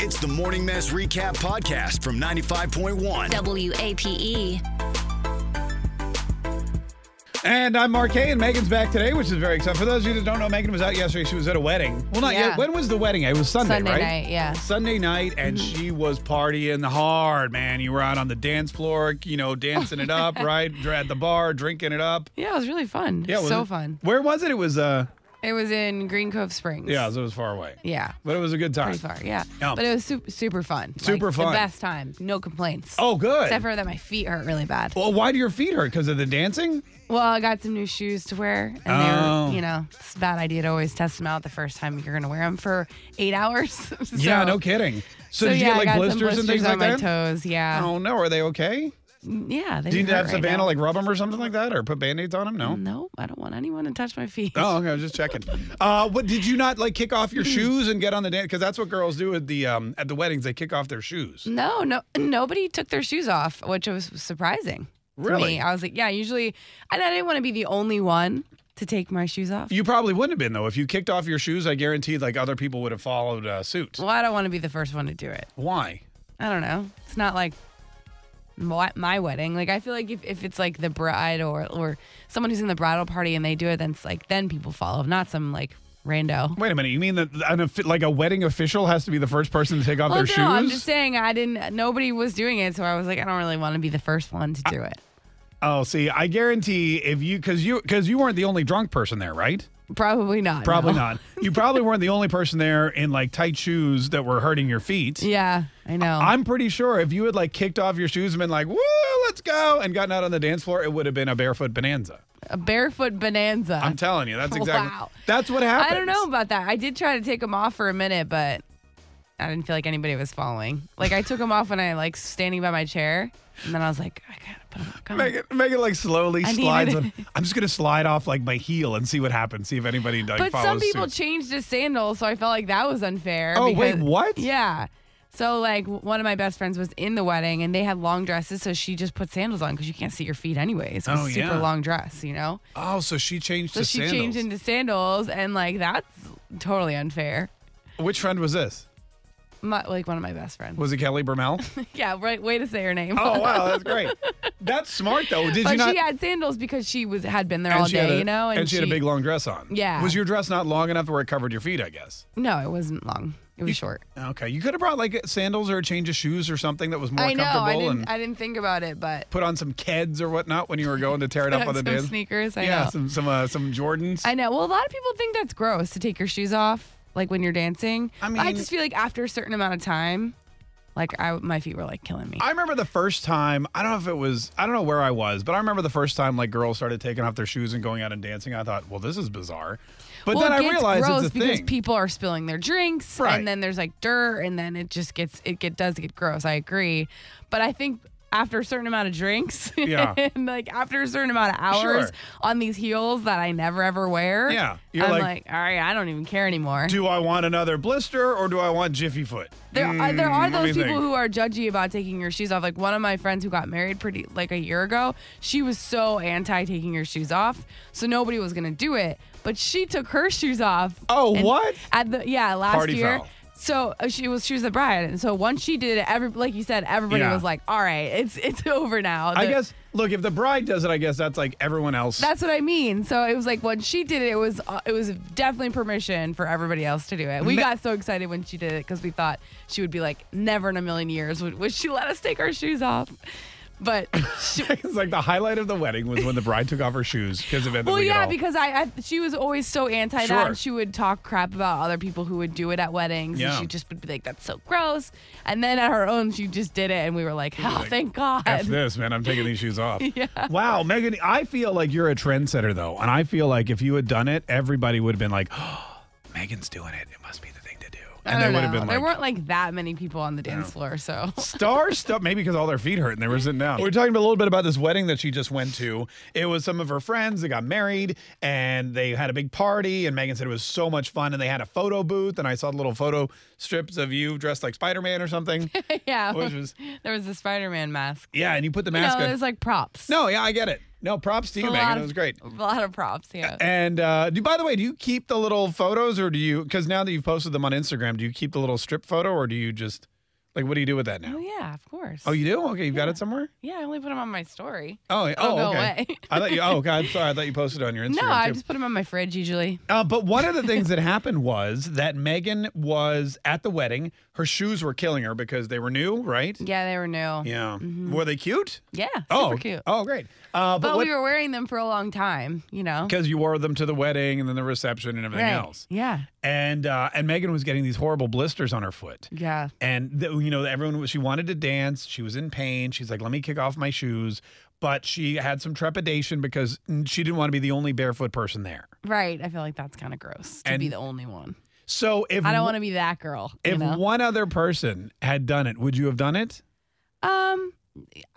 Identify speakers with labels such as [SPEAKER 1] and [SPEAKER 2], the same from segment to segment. [SPEAKER 1] It's the Morning Mess Recap Podcast from 95.1.
[SPEAKER 2] E.
[SPEAKER 3] WAPE.
[SPEAKER 4] And I'm Mark Kay, and Megan's back today, which is very exciting. For those of you that don't know, Megan was out yesterday. She was at a wedding. Well, not
[SPEAKER 5] Yeah.
[SPEAKER 4] yet. When was the wedding? It was Sunday,
[SPEAKER 5] Sunday
[SPEAKER 4] right?
[SPEAKER 5] night, yeah. Mm-hmm.
[SPEAKER 4] Sunday night, and she was partying hard, man. You were out on the dance floor, you know, dancing it up, right? At the bar, drinking it up.
[SPEAKER 5] Yeah, it was really fun.
[SPEAKER 4] Yeah, it was
[SPEAKER 5] so fun.
[SPEAKER 4] Where was it? It was, uh,
[SPEAKER 5] It was in Green Cove Springs.
[SPEAKER 4] yeah, it was, it was far away,
[SPEAKER 5] Yeah.
[SPEAKER 4] but it was a good time.
[SPEAKER 5] Pretty far, yeah.
[SPEAKER 4] Yum.
[SPEAKER 5] But it was super, super fun.
[SPEAKER 4] Super
[SPEAKER 5] Like,
[SPEAKER 4] fun.
[SPEAKER 5] The best time. No complaints.
[SPEAKER 4] Oh, good.
[SPEAKER 5] Except for that my feet hurt really bad.
[SPEAKER 4] well, why do your feet hurt? Because of the dancing?
[SPEAKER 5] Well, I got some new shoes to wear, and
[SPEAKER 4] Oh.
[SPEAKER 5] they were, you know, it's a bad idea to always test them out the first time you're going to wear them for eight hours. so,
[SPEAKER 4] yeah, no kidding. So,
[SPEAKER 5] So,
[SPEAKER 4] did you
[SPEAKER 5] yeah,
[SPEAKER 4] get
[SPEAKER 5] I
[SPEAKER 4] like
[SPEAKER 5] got
[SPEAKER 4] blisters,
[SPEAKER 5] some blisters
[SPEAKER 4] and things
[SPEAKER 5] on
[SPEAKER 4] like
[SPEAKER 5] my
[SPEAKER 4] that?
[SPEAKER 5] toes. Yeah.
[SPEAKER 4] Oh no, are they okay?
[SPEAKER 5] Yeah. They
[SPEAKER 4] Do you need to
[SPEAKER 5] hurt
[SPEAKER 4] have
[SPEAKER 5] right
[SPEAKER 4] Savannah
[SPEAKER 5] now.
[SPEAKER 4] like rub them or something like that, or put band-aids on them? No.
[SPEAKER 5] No, I don't want anyone to touch my feet.
[SPEAKER 4] Mm. Oh, okay. I was just checking. Uh, what did you not like? Kick off your shoes and get on the dance because that's what girls do at the um, at the weddings. They kick off their shoes.
[SPEAKER 5] No, no, nobody took their shoes off, which was surprising. to me.
[SPEAKER 4] Really?
[SPEAKER 5] I was like, yeah. Usually, and I didn't want to be the only one to take my shoes off.
[SPEAKER 4] You probably wouldn't have been though if you kicked off your shoes. I guarantee like other people would have followed uh, suit.
[SPEAKER 5] well, I don't want to be the first one to do it.
[SPEAKER 4] Why?
[SPEAKER 5] I don't know. It's not like my, my wedding. Like I feel like if, if it's like the bride or or someone who's in the bridal party and they do it, then it's like then people follow, not some like rando.
[SPEAKER 4] Wait a minute. You mean that an, offi- like a wedding official has to be the first person to take off
[SPEAKER 5] Well,
[SPEAKER 4] their
[SPEAKER 5] no,
[SPEAKER 4] shoes?
[SPEAKER 5] I'm just saying I didn't. Nobody was doing it, so I was like, I don't really want to be the first one to do it.
[SPEAKER 4] oh, see, I guarantee if you because you because you weren't the only drunk person there, right?
[SPEAKER 5] Probably not.
[SPEAKER 4] Probably
[SPEAKER 5] no.
[SPEAKER 4] not. You probably weren't the only person there in like tight shoes that were hurting your feet.
[SPEAKER 5] Yeah, I know.
[SPEAKER 4] I'm pretty sure if you had like kicked off your shoes and been like, woo, let's go, and gotten out on the dance floor, it would have been a barefoot bonanza.
[SPEAKER 5] a barefoot bonanza.
[SPEAKER 4] I'm telling you, that's exactly
[SPEAKER 5] Wow.
[SPEAKER 4] that's what happened.
[SPEAKER 5] I don't know about that. I did try to take them off for a minute, but I didn't feel like anybody was following. Like I took them off when I like standing by my chair, and then I was like, I gotta put 'em back on.
[SPEAKER 4] Megan, Megan like slowly
[SPEAKER 5] I
[SPEAKER 4] slides.
[SPEAKER 5] needed-
[SPEAKER 4] on- I'm just gonna slide off like my heel and see what happens. See if anybody like
[SPEAKER 5] But
[SPEAKER 4] follows
[SPEAKER 5] some people
[SPEAKER 4] suit.
[SPEAKER 5] changed to sandals, so I felt like that was unfair.
[SPEAKER 4] Oh, wait, what?
[SPEAKER 5] Yeah. So like w- one of my best friends was in the wedding and they had long dresses, so she just put sandals on because you can't see your feet anyways. It was
[SPEAKER 4] Oh,
[SPEAKER 5] a super
[SPEAKER 4] yeah.
[SPEAKER 5] long dress, you know.
[SPEAKER 4] oh, so she changed
[SPEAKER 5] So
[SPEAKER 4] to
[SPEAKER 5] she
[SPEAKER 4] sandals.
[SPEAKER 5] changed into sandals, and like that's totally unfair.
[SPEAKER 4] Which friend was this?
[SPEAKER 5] My, like one of my best friends.
[SPEAKER 4] Was it Kelly Bermel?
[SPEAKER 5] Yeah, right. Way to say her name.
[SPEAKER 4] oh wow, that's great. That's smart though. Did
[SPEAKER 5] but
[SPEAKER 4] you not?
[SPEAKER 5] she had sandals because she was had been there
[SPEAKER 4] and
[SPEAKER 5] all
[SPEAKER 4] she had
[SPEAKER 5] day,
[SPEAKER 4] a-
[SPEAKER 5] you know.
[SPEAKER 4] and, she, had a big long dress on.
[SPEAKER 5] Yeah.
[SPEAKER 4] Was your dress not long enough where it covered your feet? I guess.
[SPEAKER 5] No, it wasn't long. It was short.
[SPEAKER 4] Okay, you could have brought like sandals or a change of shoes or something that was more
[SPEAKER 5] I know. I
[SPEAKER 4] comfortable
[SPEAKER 5] didn't.
[SPEAKER 4] and
[SPEAKER 5] I didn't think about it, but
[SPEAKER 4] put on some Keds or whatnot when you were going to tear it up on the
[SPEAKER 5] some
[SPEAKER 4] dance.
[SPEAKER 5] sneakers. I
[SPEAKER 4] yeah,
[SPEAKER 5] know.
[SPEAKER 4] some some uh, some Jordans.
[SPEAKER 5] I know. Well, a lot of people think that's gross to take your shoes off, like when you're dancing.
[SPEAKER 4] I
[SPEAKER 5] But I
[SPEAKER 4] mean-
[SPEAKER 5] just feel like after a certain amount of time, like I, my feet were like killing me.
[SPEAKER 4] I remember the first time. I don't know if it was. I don't know where I was, but I remember the first time like girls started taking off their shoes and going out and dancing. I thought, well, this is bizarre. But
[SPEAKER 5] well,
[SPEAKER 4] then
[SPEAKER 5] it
[SPEAKER 4] I
[SPEAKER 5] gets
[SPEAKER 4] realized
[SPEAKER 5] gross
[SPEAKER 4] it's a
[SPEAKER 5] because
[SPEAKER 4] thing.
[SPEAKER 5] people are spilling their drinks,
[SPEAKER 4] Right.
[SPEAKER 5] and then there's like dirt, and then it just gets it get does get gross. I agree, but I think after a certain amount of drinks,
[SPEAKER 4] Yeah.
[SPEAKER 5] and like after a certain amount of hours
[SPEAKER 4] Sure.
[SPEAKER 5] on these heels that I never ever wear,
[SPEAKER 4] Yeah. You're
[SPEAKER 5] I'm
[SPEAKER 4] like-
[SPEAKER 5] like, all right, I don't even care anymore.
[SPEAKER 4] do I want another blister or do I want Jiffy Foot?
[SPEAKER 5] There are there are
[SPEAKER 4] Mm, let me
[SPEAKER 5] those people
[SPEAKER 4] think.
[SPEAKER 5] who are judgy about taking your shoes off. Like one of my friends who got married pretty like a year ago, she was so anti taking your shoes off, so nobody was gonna do it. But she took her shoes off.
[SPEAKER 4] Oh,
[SPEAKER 5] and-
[SPEAKER 4] what?
[SPEAKER 5] At the yeah last
[SPEAKER 4] Party
[SPEAKER 5] year.
[SPEAKER 4] foul.
[SPEAKER 5] So uh, she was she was the bride, and so once she did it, every like you said, everybody
[SPEAKER 4] Yeah.
[SPEAKER 5] was like, "All right, it's it's over now."
[SPEAKER 4] I
[SPEAKER 5] The-
[SPEAKER 4] guess. Look, if the bride does it, I guess that's like everyone else.
[SPEAKER 5] that's what I mean. So it was like when she did it, it was uh, it was definitely permission for everybody else to do it. We
[SPEAKER 4] Ma-
[SPEAKER 5] got so excited when she did it because we thought she would be like, never in a million years would, would she let us take our shoes off. But she,
[SPEAKER 4] it's like the highlight of the wedding was when the bride took off her shoes because of it.
[SPEAKER 5] well, yeah, because I, I she was always so anti
[SPEAKER 4] Sure.
[SPEAKER 5] that. And she would talk crap about other people who would do it at weddings.
[SPEAKER 4] Yeah.
[SPEAKER 5] And she just would be like, that's so gross. And then at her own, she just did it, and we were like, oh,
[SPEAKER 4] like,
[SPEAKER 5] thank God.
[SPEAKER 4] F this, man. I'm taking these shoes off. yeah. Wow, Megan, I feel like you're a trendsetter, though. And I feel like if you had done it, everybody would have been like, oh, Megan's doing it. It must be the thing to do.
[SPEAKER 5] I
[SPEAKER 4] And they
[SPEAKER 5] don't
[SPEAKER 4] would have
[SPEAKER 5] know.
[SPEAKER 4] been
[SPEAKER 5] there
[SPEAKER 4] like,
[SPEAKER 5] weren't like that many people on the dance floor, so
[SPEAKER 4] star stuff. Maybe because all their feet hurt and they were sitting down. We're talking a little bit about this wedding that she just went to. It was some of her friends that got married and they had a big party. And Megan said it was so much fun. And they had a photo booth. And I saw little photo strips of you dressed like Spider Man or something.
[SPEAKER 5] yeah.
[SPEAKER 4] Which was-
[SPEAKER 5] there was the Spider Man mask.
[SPEAKER 4] yeah. And you put the
[SPEAKER 5] No,
[SPEAKER 4] mask on.
[SPEAKER 5] there's like props.
[SPEAKER 4] No, yeah, I get it. No, props to you,
[SPEAKER 5] A
[SPEAKER 4] Megan.
[SPEAKER 5] lot
[SPEAKER 4] it
[SPEAKER 5] of-
[SPEAKER 4] was great.
[SPEAKER 5] A lot of props, yeah.
[SPEAKER 4] And uh, do by the way, do you keep the little photos, or do you? Because now that you've posted them on Instagram, do you keep the little strip photo, or do you just like what do you do with that now?
[SPEAKER 5] Oh yeah, of course.
[SPEAKER 4] Oh, you do? Okay, you've got
[SPEAKER 5] Yeah.
[SPEAKER 4] it somewhere.
[SPEAKER 5] yeah, I only put them on my story.
[SPEAKER 4] Oh, oh,
[SPEAKER 5] Oh, go
[SPEAKER 4] okay.
[SPEAKER 5] away.
[SPEAKER 4] I thought you. Oh, God, I'm sorry. I thought you posted it on your Instagram.
[SPEAKER 5] No, I
[SPEAKER 4] too.
[SPEAKER 5] just put them on my fridge usually.
[SPEAKER 4] Uh, but one of the things that happened was that Megan was at the wedding. Her shoes were killing her because they were new, right?
[SPEAKER 5] Yeah, they were new. Yeah,
[SPEAKER 4] Yeah. Were they cute?
[SPEAKER 5] super
[SPEAKER 4] oh,
[SPEAKER 5] cute.
[SPEAKER 4] Oh, great. Uh,
[SPEAKER 5] but
[SPEAKER 4] but
[SPEAKER 5] we were wearing them for a long time, you know.
[SPEAKER 4] because you wore them to the wedding and then the reception and everything
[SPEAKER 5] Right.
[SPEAKER 4] else.
[SPEAKER 5] Yeah,
[SPEAKER 4] And uh, and Megan was getting these horrible blisters on her foot.
[SPEAKER 5] yeah.
[SPEAKER 4] And th- you know, everyone was- she wanted to dance. She was in pain. She's like, "Let me kick off my shoes," but she had some trepidation because she didn't want to be the only barefoot person there.
[SPEAKER 5] Right. I feel like that's kind of gross to be
[SPEAKER 4] And-
[SPEAKER 5] the only one.
[SPEAKER 4] So if
[SPEAKER 5] I don't
[SPEAKER 4] one-
[SPEAKER 5] want to be that girl. You
[SPEAKER 4] if
[SPEAKER 5] know?
[SPEAKER 4] one other person had done it, would you have done it?
[SPEAKER 5] um,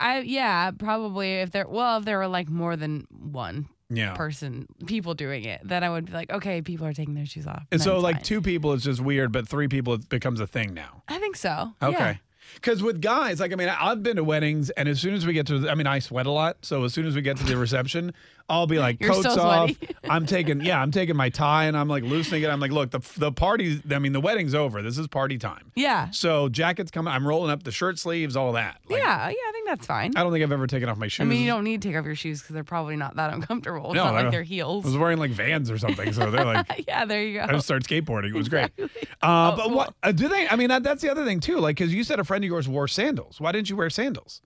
[SPEAKER 5] I yeah, probably if there well if there were like more than one
[SPEAKER 4] Yeah.
[SPEAKER 5] person people doing it, then I would be like, okay, people are taking their shoes off.
[SPEAKER 4] and so
[SPEAKER 5] That's
[SPEAKER 4] like
[SPEAKER 5] fine.
[SPEAKER 4] two people is just weird, but three people it becomes a thing now.
[SPEAKER 5] I think so. Yeah.
[SPEAKER 4] Okay. Because with guys, like I mean, I- I've been to weddings, and as soon as we get to, I mean, I sweat a lot. So as soon as we get to the reception, I'll be like,
[SPEAKER 5] You're so
[SPEAKER 4] coats off.
[SPEAKER 5] sweaty.
[SPEAKER 4] I'm taking, yeah, I'm taking my tie, and I'm like loosening it. I'm like, look, the the party. I mean, the wedding's over. This is party time.
[SPEAKER 5] Yeah.
[SPEAKER 4] So jackets coming. I'm rolling up the shirt sleeves, all that. Like,
[SPEAKER 5] yeah. Yeah. I think that's fine.
[SPEAKER 4] I don't think I've ever taken off my shoes.
[SPEAKER 5] I mean, you don't need to take off your shoes because they're probably not that uncomfortable. It's
[SPEAKER 4] No,
[SPEAKER 5] not
[SPEAKER 4] I
[SPEAKER 5] like
[SPEAKER 4] don't-
[SPEAKER 5] their
[SPEAKER 4] I was
[SPEAKER 5] heels.
[SPEAKER 4] wearing like Vans or something, so they're like
[SPEAKER 5] yeah, there you go.
[SPEAKER 4] I just started skateboarding. It was great.
[SPEAKER 5] Exactly.
[SPEAKER 4] Uh,
[SPEAKER 5] Oh,
[SPEAKER 4] but what uh, do they? I mean, that, that's the other thing too. Like, because you said a friend of yours wore sandals. Why didn't you wear sandals?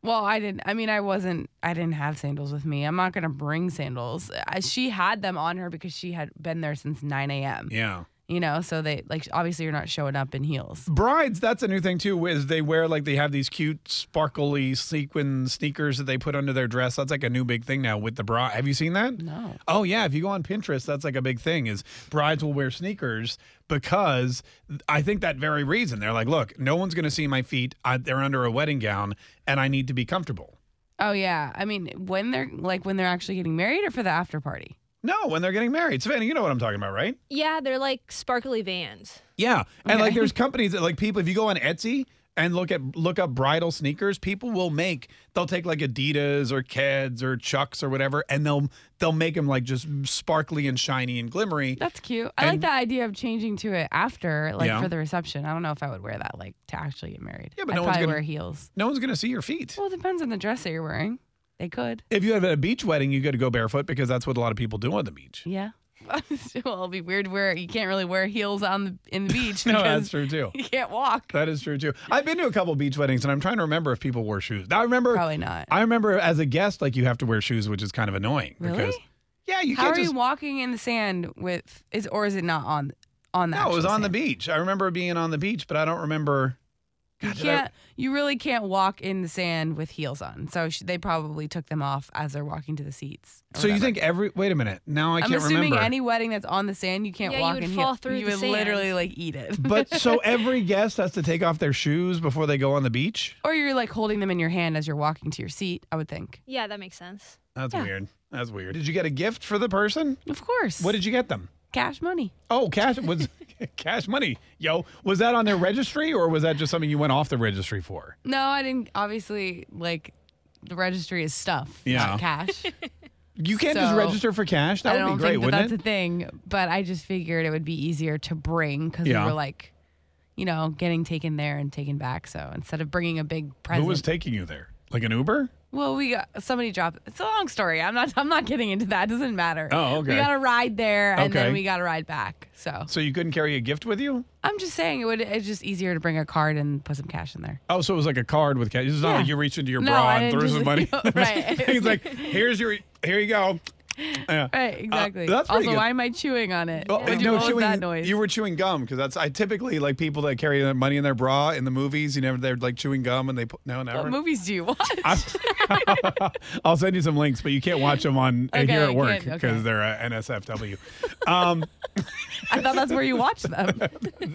[SPEAKER 5] Well, I didn't. I mean, I wasn't. I didn't have sandals with me. I'm not gonna bring sandals. I, she had them on her because she had been there since 9 a.m.
[SPEAKER 4] Yeah,
[SPEAKER 5] You know, so they like obviously you're not showing up in heels.
[SPEAKER 4] brides. That's a new thing too. Is they wear like they have these cute sparkly sequin sneakers that they put under their dress. That's like a new big thing now with the bride. Have you seen that?
[SPEAKER 5] No.
[SPEAKER 4] Oh yeah, if you go on Pinterest, that's like a big thing. Is brides will wear sneakers because I think that very reason they're like, look, no one's going to see my feet. I, they're under a wedding gown, and I need to be comfortable.
[SPEAKER 5] Oh yeah. I mean, when they're like when they're actually getting married or for the after party.
[SPEAKER 4] No, when they're getting married, Savannah, you know what I'm talking about, right?
[SPEAKER 3] Yeah, they're like sparkly vans.
[SPEAKER 4] Yeah, and like
[SPEAKER 5] Okay.
[SPEAKER 4] there's companies that like people. If you go on Etsy and look at look up bridal sneakers, people will make. They'll take like Adidas or Keds or Chucks or whatever, and they'll they'll make them like just sparkly and shiny and glimmery.
[SPEAKER 5] That's cute. I
[SPEAKER 4] And-
[SPEAKER 5] like the idea of changing to it after, like
[SPEAKER 4] Yeah.
[SPEAKER 5] for the reception. I don't know if I would wear that, like to actually get married.
[SPEAKER 4] Yeah, but
[SPEAKER 5] I'd
[SPEAKER 4] no one's
[SPEAKER 5] probably
[SPEAKER 4] gonna-
[SPEAKER 5] wear heels.
[SPEAKER 4] No one's gonna see your feet.
[SPEAKER 5] Well, it depends on the dress that you're wearing. They could.
[SPEAKER 4] If you have a beach wedding, you got to go barefoot because that's what a lot of people do on the beach.
[SPEAKER 5] Yeah. well, it'll be weird where you can't really wear heels on the in the beach
[SPEAKER 4] No, that's
[SPEAKER 5] because
[SPEAKER 4] true too.
[SPEAKER 5] you can't walk.
[SPEAKER 4] That is true too. I've been to a couple beach weddings, and I'm trying to remember if people wore shoes. I remember.
[SPEAKER 5] Probably not.
[SPEAKER 4] I remember as a guest, like you have to wear shoes, which is kind of annoying.
[SPEAKER 5] Really?
[SPEAKER 4] Because, yeah, you
[SPEAKER 5] How
[SPEAKER 4] can't
[SPEAKER 5] are
[SPEAKER 4] just
[SPEAKER 5] you walking in the sand with is or is it not on on that?
[SPEAKER 4] No, it was on the beach. I remember being on the beach, but I don't remember.
[SPEAKER 5] You
[SPEAKER 4] God, did I-
[SPEAKER 5] can't. You really can't walk in the sand with heels on. So sh- they probably took them off as they're walking to the seats. or
[SPEAKER 4] so you
[SPEAKER 5] whatever.
[SPEAKER 4] think every? Wait a minute. Now I
[SPEAKER 5] I'm
[SPEAKER 4] can't
[SPEAKER 5] assuming
[SPEAKER 4] remember.
[SPEAKER 5] any wedding that's on the sand, you can't
[SPEAKER 3] Yeah, you
[SPEAKER 5] walk
[SPEAKER 3] would
[SPEAKER 5] in
[SPEAKER 3] fall
[SPEAKER 5] heel-
[SPEAKER 3] through
[SPEAKER 5] You
[SPEAKER 3] the
[SPEAKER 5] would
[SPEAKER 3] sand.
[SPEAKER 5] literally like eat it.
[SPEAKER 4] but so every guest has to take off their shoes before they go on the beach.
[SPEAKER 5] or you're like holding them in your hand as you're walking to your seat. I would think.
[SPEAKER 3] Yeah, that makes sense.
[SPEAKER 4] That's
[SPEAKER 5] Yeah.
[SPEAKER 4] weird. That's weird. Did you get a gift for the person?
[SPEAKER 5] Of course.
[SPEAKER 4] What did you get them?
[SPEAKER 5] cash money?
[SPEAKER 4] Oh, cash was cash money. Yo, was that on their registry or was that just something you went off the registry for?
[SPEAKER 5] No, I didn't. Obviously, like the registry is stuff,
[SPEAKER 4] Yeah.
[SPEAKER 5] not cash.
[SPEAKER 4] You can't just
[SPEAKER 5] So,
[SPEAKER 4] register for cash. That
[SPEAKER 5] I
[SPEAKER 4] would
[SPEAKER 5] don't
[SPEAKER 4] be great,
[SPEAKER 5] think that
[SPEAKER 4] wouldn't
[SPEAKER 5] that's
[SPEAKER 4] it?
[SPEAKER 5] a thing, but I just figured it would be easier to bring because
[SPEAKER 4] Yeah.
[SPEAKER 5] we were like, you know, getting taken there and taken back. So instead of bringing a big present,
[SPEAKER 4] taking you there? Like an Uber?
[SPEAKER 5] well, we got somebody dropped. It's a long story. I'm not. I'm not getting into that. It doesn't matter.
[SPEAKER 4] Oh, okay.
[SPEAKER 5] We got a ride there and
[SPEAKER 4] Okay.
[SPEAKER 5] then we got a ride back. So
[SPEAKER 4] So you couldn't carry a gift with you?
[SPEAKER 5] I'm just saying it would. It's just easier to bring a card and put some cash in there.
[SPEAKER 4] Oh, so it was like a card with cash. It's not
[SPEAKER 5] Yeah.
[SPEAKER 4] like you reached into your
[SPEAKER 5] No,
[SPEAKER 4] bra
[SPEAKER 5] I
[SPEAKER 4] and threw
[SPEAKER 5] didn't just-
[SPEAKER 4] some money.
[SPEAKER 5] Right.
[SPEAKER 4] He's like, here's your, here you go. Yeah.
[SPEAKER 5] Right. Exactly.
[SPEAKER 4] Uh, that's pretty
[SPEAKER 5] also,
[SPEAKER 4] good.
[SPEAKER 5] why am I chewing on it?
[SPEAKER 4] Well,
[SPEAKER 5] What would you- what was that noise?
[SPEAKER 4] You were chewing gum because that's I typically like people that carry their money in their bra in the movies. You know, they're like chewing gum and they put no, never.
[SPEAKER 5] what movies do you watch?
[SPEAKER 4] I'll send you some links, but you can't watch them on uh,
[SPEAKER 5] Okay,
[SPEAKER 4] here
[SPEAKER 5] I
[SPEAKER 4] at work
[SPEAKER 5] can't,
[SPEAKER 4] because
[SPEAKER 5] okay.
[SPEAKER 4] they're uh, NSFW. Um,
[SPEAKER 5] I thought that's where you watch them.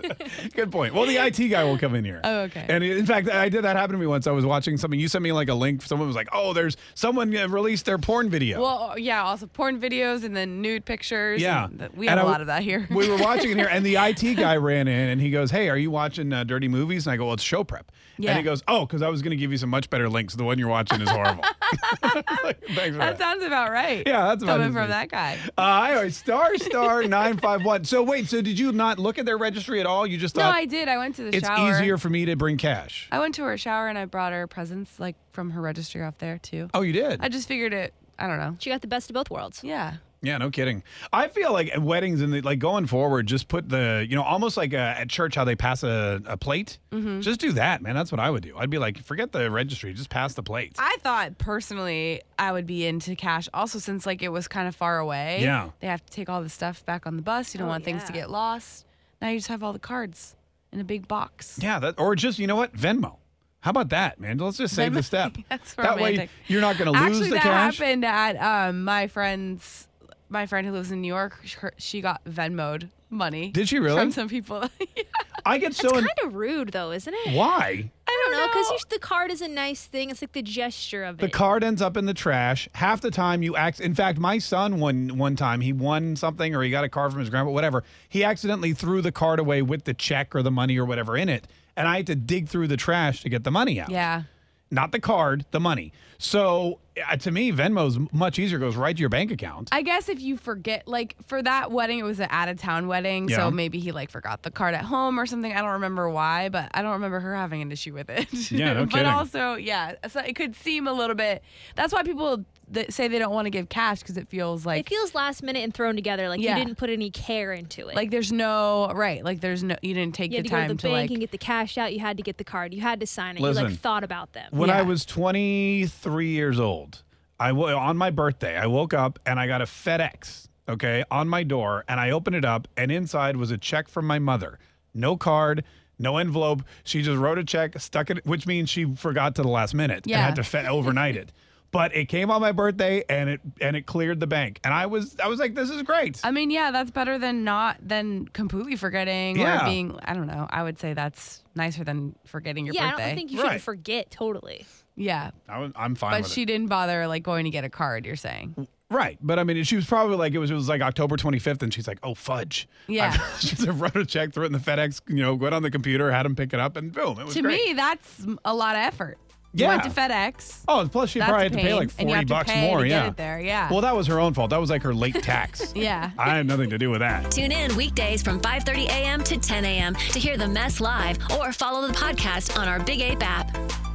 [SPEAKER 4] Good point. Well, the IT guy will come in here.
[SPEAKER 5] Oh, okay.
[SPEAKER 4] And in fact, I did that happen to me once. I was watching something. You sent me like a link. Someone was like, "Oh, there's someone uh, released their porn video."
[SPEAKER 5] Well, yeah. Also, porn videos and then nude pictures.
[SPEAKER 4] Yeah,
[SPEAKER 5] and th- we
[SPEAKER 4] And
[SPEAKER 5] have a
[SPEAKER 4] I-
[SPEAKER 5] lot of that here.
[SPEAKER 4] we were watching it here, and the IT guy ran in and he goes, "Hey, are you watching uh, dirty movies?" And I go, "Well, it's show prep."
[SPEAKER 5] Yeah.
[SPEAKER 4] And he goes, "Oh, because I was going to give you some much better links. The one you're watching is horrible." Like, Thanks for
[SPEAKER 5] that sounds about right.
[SPEAKER 4] Yeah, that's about
[SPEAKER 5] coming
[SPEAKER 4] his
[SPEAKER 5] from
[SPEAKER 4] view.
[SPEAKER 5] that guy.
[SPEAKER 4] Uh, anyway, star star nine five one. So wait, so did you not look at their registry at all? You just
[SPEAKER 5] No,
[SPEAKER 4] thought
[SPEAKER 5] I did. I went to the
[SPEAKER 4] it's
[SPEAKER 5] shower.
[SPEAKER 4] easier for me to bring cash.
[SPEAKER 5] I went to her shower and I brought her presents like from her registry off there too.
[SPEAKER 4] Oh, you did.
[SPEAKER 5] I just figured it. I don't know.
[SPEAKER 3] She got the best of both worlds.
[SPEAKER 5] Yeah.
[SPEAKER 4] Yeah, no kidding. I feel like at weddings and the, like going forward, just put the you know almost like uh, at church how they pass a, a plate.
[SPEAKER 5] Mm-hmm.
[SPEAKER 4] Just do that, man. That's what I would do. I'd be like, forget the registry, just pass the plate.
[SPEAKER 5] I thought personally I would be into cash also since like it was kind of far away.
[SPEAKER 4] Yeah.
[SPEAKER 5] They have to take all the stuff back on the bus. You don't
[SPEAKER 3] Oh,
[SPEAKER 5] want things to
[SPEAKER 3] yeah.
[SPEAKER 5] get lost. Now you just have all the cards in a big box.
[SPEAKER 4] yeah, that or just you know what Venmo. How about that, man? Let's just save the
[SPEAKER 5] Venmo-
[SPEAKER 4] step.
[SPEAKER 5] That's
[SPEAKER 4] that way
[SPEAKER 5] romantic.
[SPEAKER 4] you're not going to lose
[SPEAKER 5] Actually,
[SPEAKER 4] the
[SPEAKER 5] that
[SPEAKER 4] cash.
[SPEAKER 5] happened at um, my friend's. My friend who lives in New York, her, she got Venmoed money.
[SPEAKER 4] Did she really?
[SPEAKER 5] From some people. Yeah.
[SPEAKER 4] I get so.
[SPEAKER 3] Kind
[SPEAKER 4] in-
[SPEAKER 3] of rude though, isn't it?
[SPEAKER 4] why?
[SPEAKER 3] I don't know
[SPEAKER 5] know.
[SPEAKER 3] because the card is a nice thing. It's like the gesture of
[SPEAKER 4] The
[SPEAKER 3] it.
[SPEAKER 4] card ends up in the trash. Half the time you act. In fact, my son one one time he won something or he got a card from his grandpa, whatever. He accidentally threw the card away with the check or the money or whatever in it, and I had to dig through the trash to get the money out.
[SPEAKER 5] yeah.
[SPEAKER 4] Not the card, the money. So uh, to me, Venmo's m- much easier. It Goes right to your bank account.
[SPEAKER 5] I guess if you forget, like for that wedding, it was an out of town wedding.
[SPEAKER 4] Yeah.
[SPEAKER 5] So maybe he like forgot the card at home or something. I don't remember why, but I don't remember her having an issue with it.
[SPEAKER 4] Yeah, no
[SPEAKER 5] but
[SPEAKER 4] kidding.
[SPEAKER 5] also, yeah, so it could seem a little bit. That's why people that say they don't want to give cash because it feels like
[SPEAKER 3] It feels last minute and thrown together. Like
[SPEAKER 5] Yeah.
[SPEAKER 3] you didn't put any care into it.
[SPEAKER 5] like there's no right. Like there's no you didn't take
[SPEAKER 3] you had
[SPEAKER 5] the
[SPEAKER 3] to go to
[SPEAKER 5] time
[SPEAKER 3] the
[SPEAKER 5] to,
[SPEAKER 3] bank
[SPEAKER 5] like
[SPEAKER 3] and get the cash out. You had to get the card. You had to sign it. you
[SPEAKER 4] Listen.
[SPEAKER 3] like thought about them.
[SPEAKER 4] When I
[SPEAKER 5] Yeah.
[SPEAKER 4] was 23 years old, I w- on my birthday, I woke up and I got a FedEx, okay, on my door, and I opened it up, and inside was a check from my mother. No card, no envelope. She just wrote a check, stuck it, which means she forgot to the last minute and
[SPEAKER 5] Yeah.
[SPEAKER 4] had to fed overnight it. But it came on my birthday, and it and it cleared the bank, and I was I was like, this is great.
[SPEAKER 5] I mean, yeah, that's better than not than completely forgetting
[SPEAKER 4] Yeah.
[SPEAKER 5] or being. I don't know. I would say that's nicer than forgetting your
[SPEAKER 3] yeah,
[SPEAKER 5] birthday.
[SPEAKER 3] I don't think you should
[SPEAKER 4] Right.
[SPEAKER 3] forget totally.
[SPEAKER 5] yeah,
[SPEAKER 4] I was, I'm fine
[SPEAKER 5] but
[SPEAKER 4] with
[SPEAKER 5] she
[SPEAKER 4] it.
[SPEAKER 5] didn't bother like going to get a card. You're saying.
[SPEAKER 4] Right, but I mean, she was probably like it was it was like October 25th, and she's like, oh fudge.
[SPEAKER 5] Yeah.
[SPEAKER 4] I she just wrote a check, threw it in the FedEx, you know, went on the computer, had him pick it up, and boom, it was
[SPEAKER 5] to
[SPEAKER 4] great.
[SPEAKER 5] me, that's m- a lot of effort. You went to
[SPEAKER 4] Yeah.
[SPEAKER 5] FedEx.
[SPEAKER 4] oh, and plus she
[SPEAKER 5] that's
[SPEAKER 4] probably
[SPEAKER 5] a
[SPEAKER 4] had to pay
[SPEAKER 5] pain,
[SPEAKER 4] like
[SPEAKER 5] and
[SPEAKER 4] forty
[SPEAKER 5] you have to
[SPEAKER 4] bucks
[SPEAKER 5] pay
[SPEAKER 4] more.
[SPEAKER 5] to
[SPEAKER 4] yeah,
[SPEAKER 5] Get it there. Yeah.
[SPEAKER 4] Well, that was her own fault. That was like her late tax.
[SPEAKER 5] yeah.
[SPEAKER 4] I had nothing to do with that.
[SPEAKER 2] Tune in weekdays from 5:30 a.m. to 10 a.m. to hear the mess live or follow the podcast on our Big Ape app.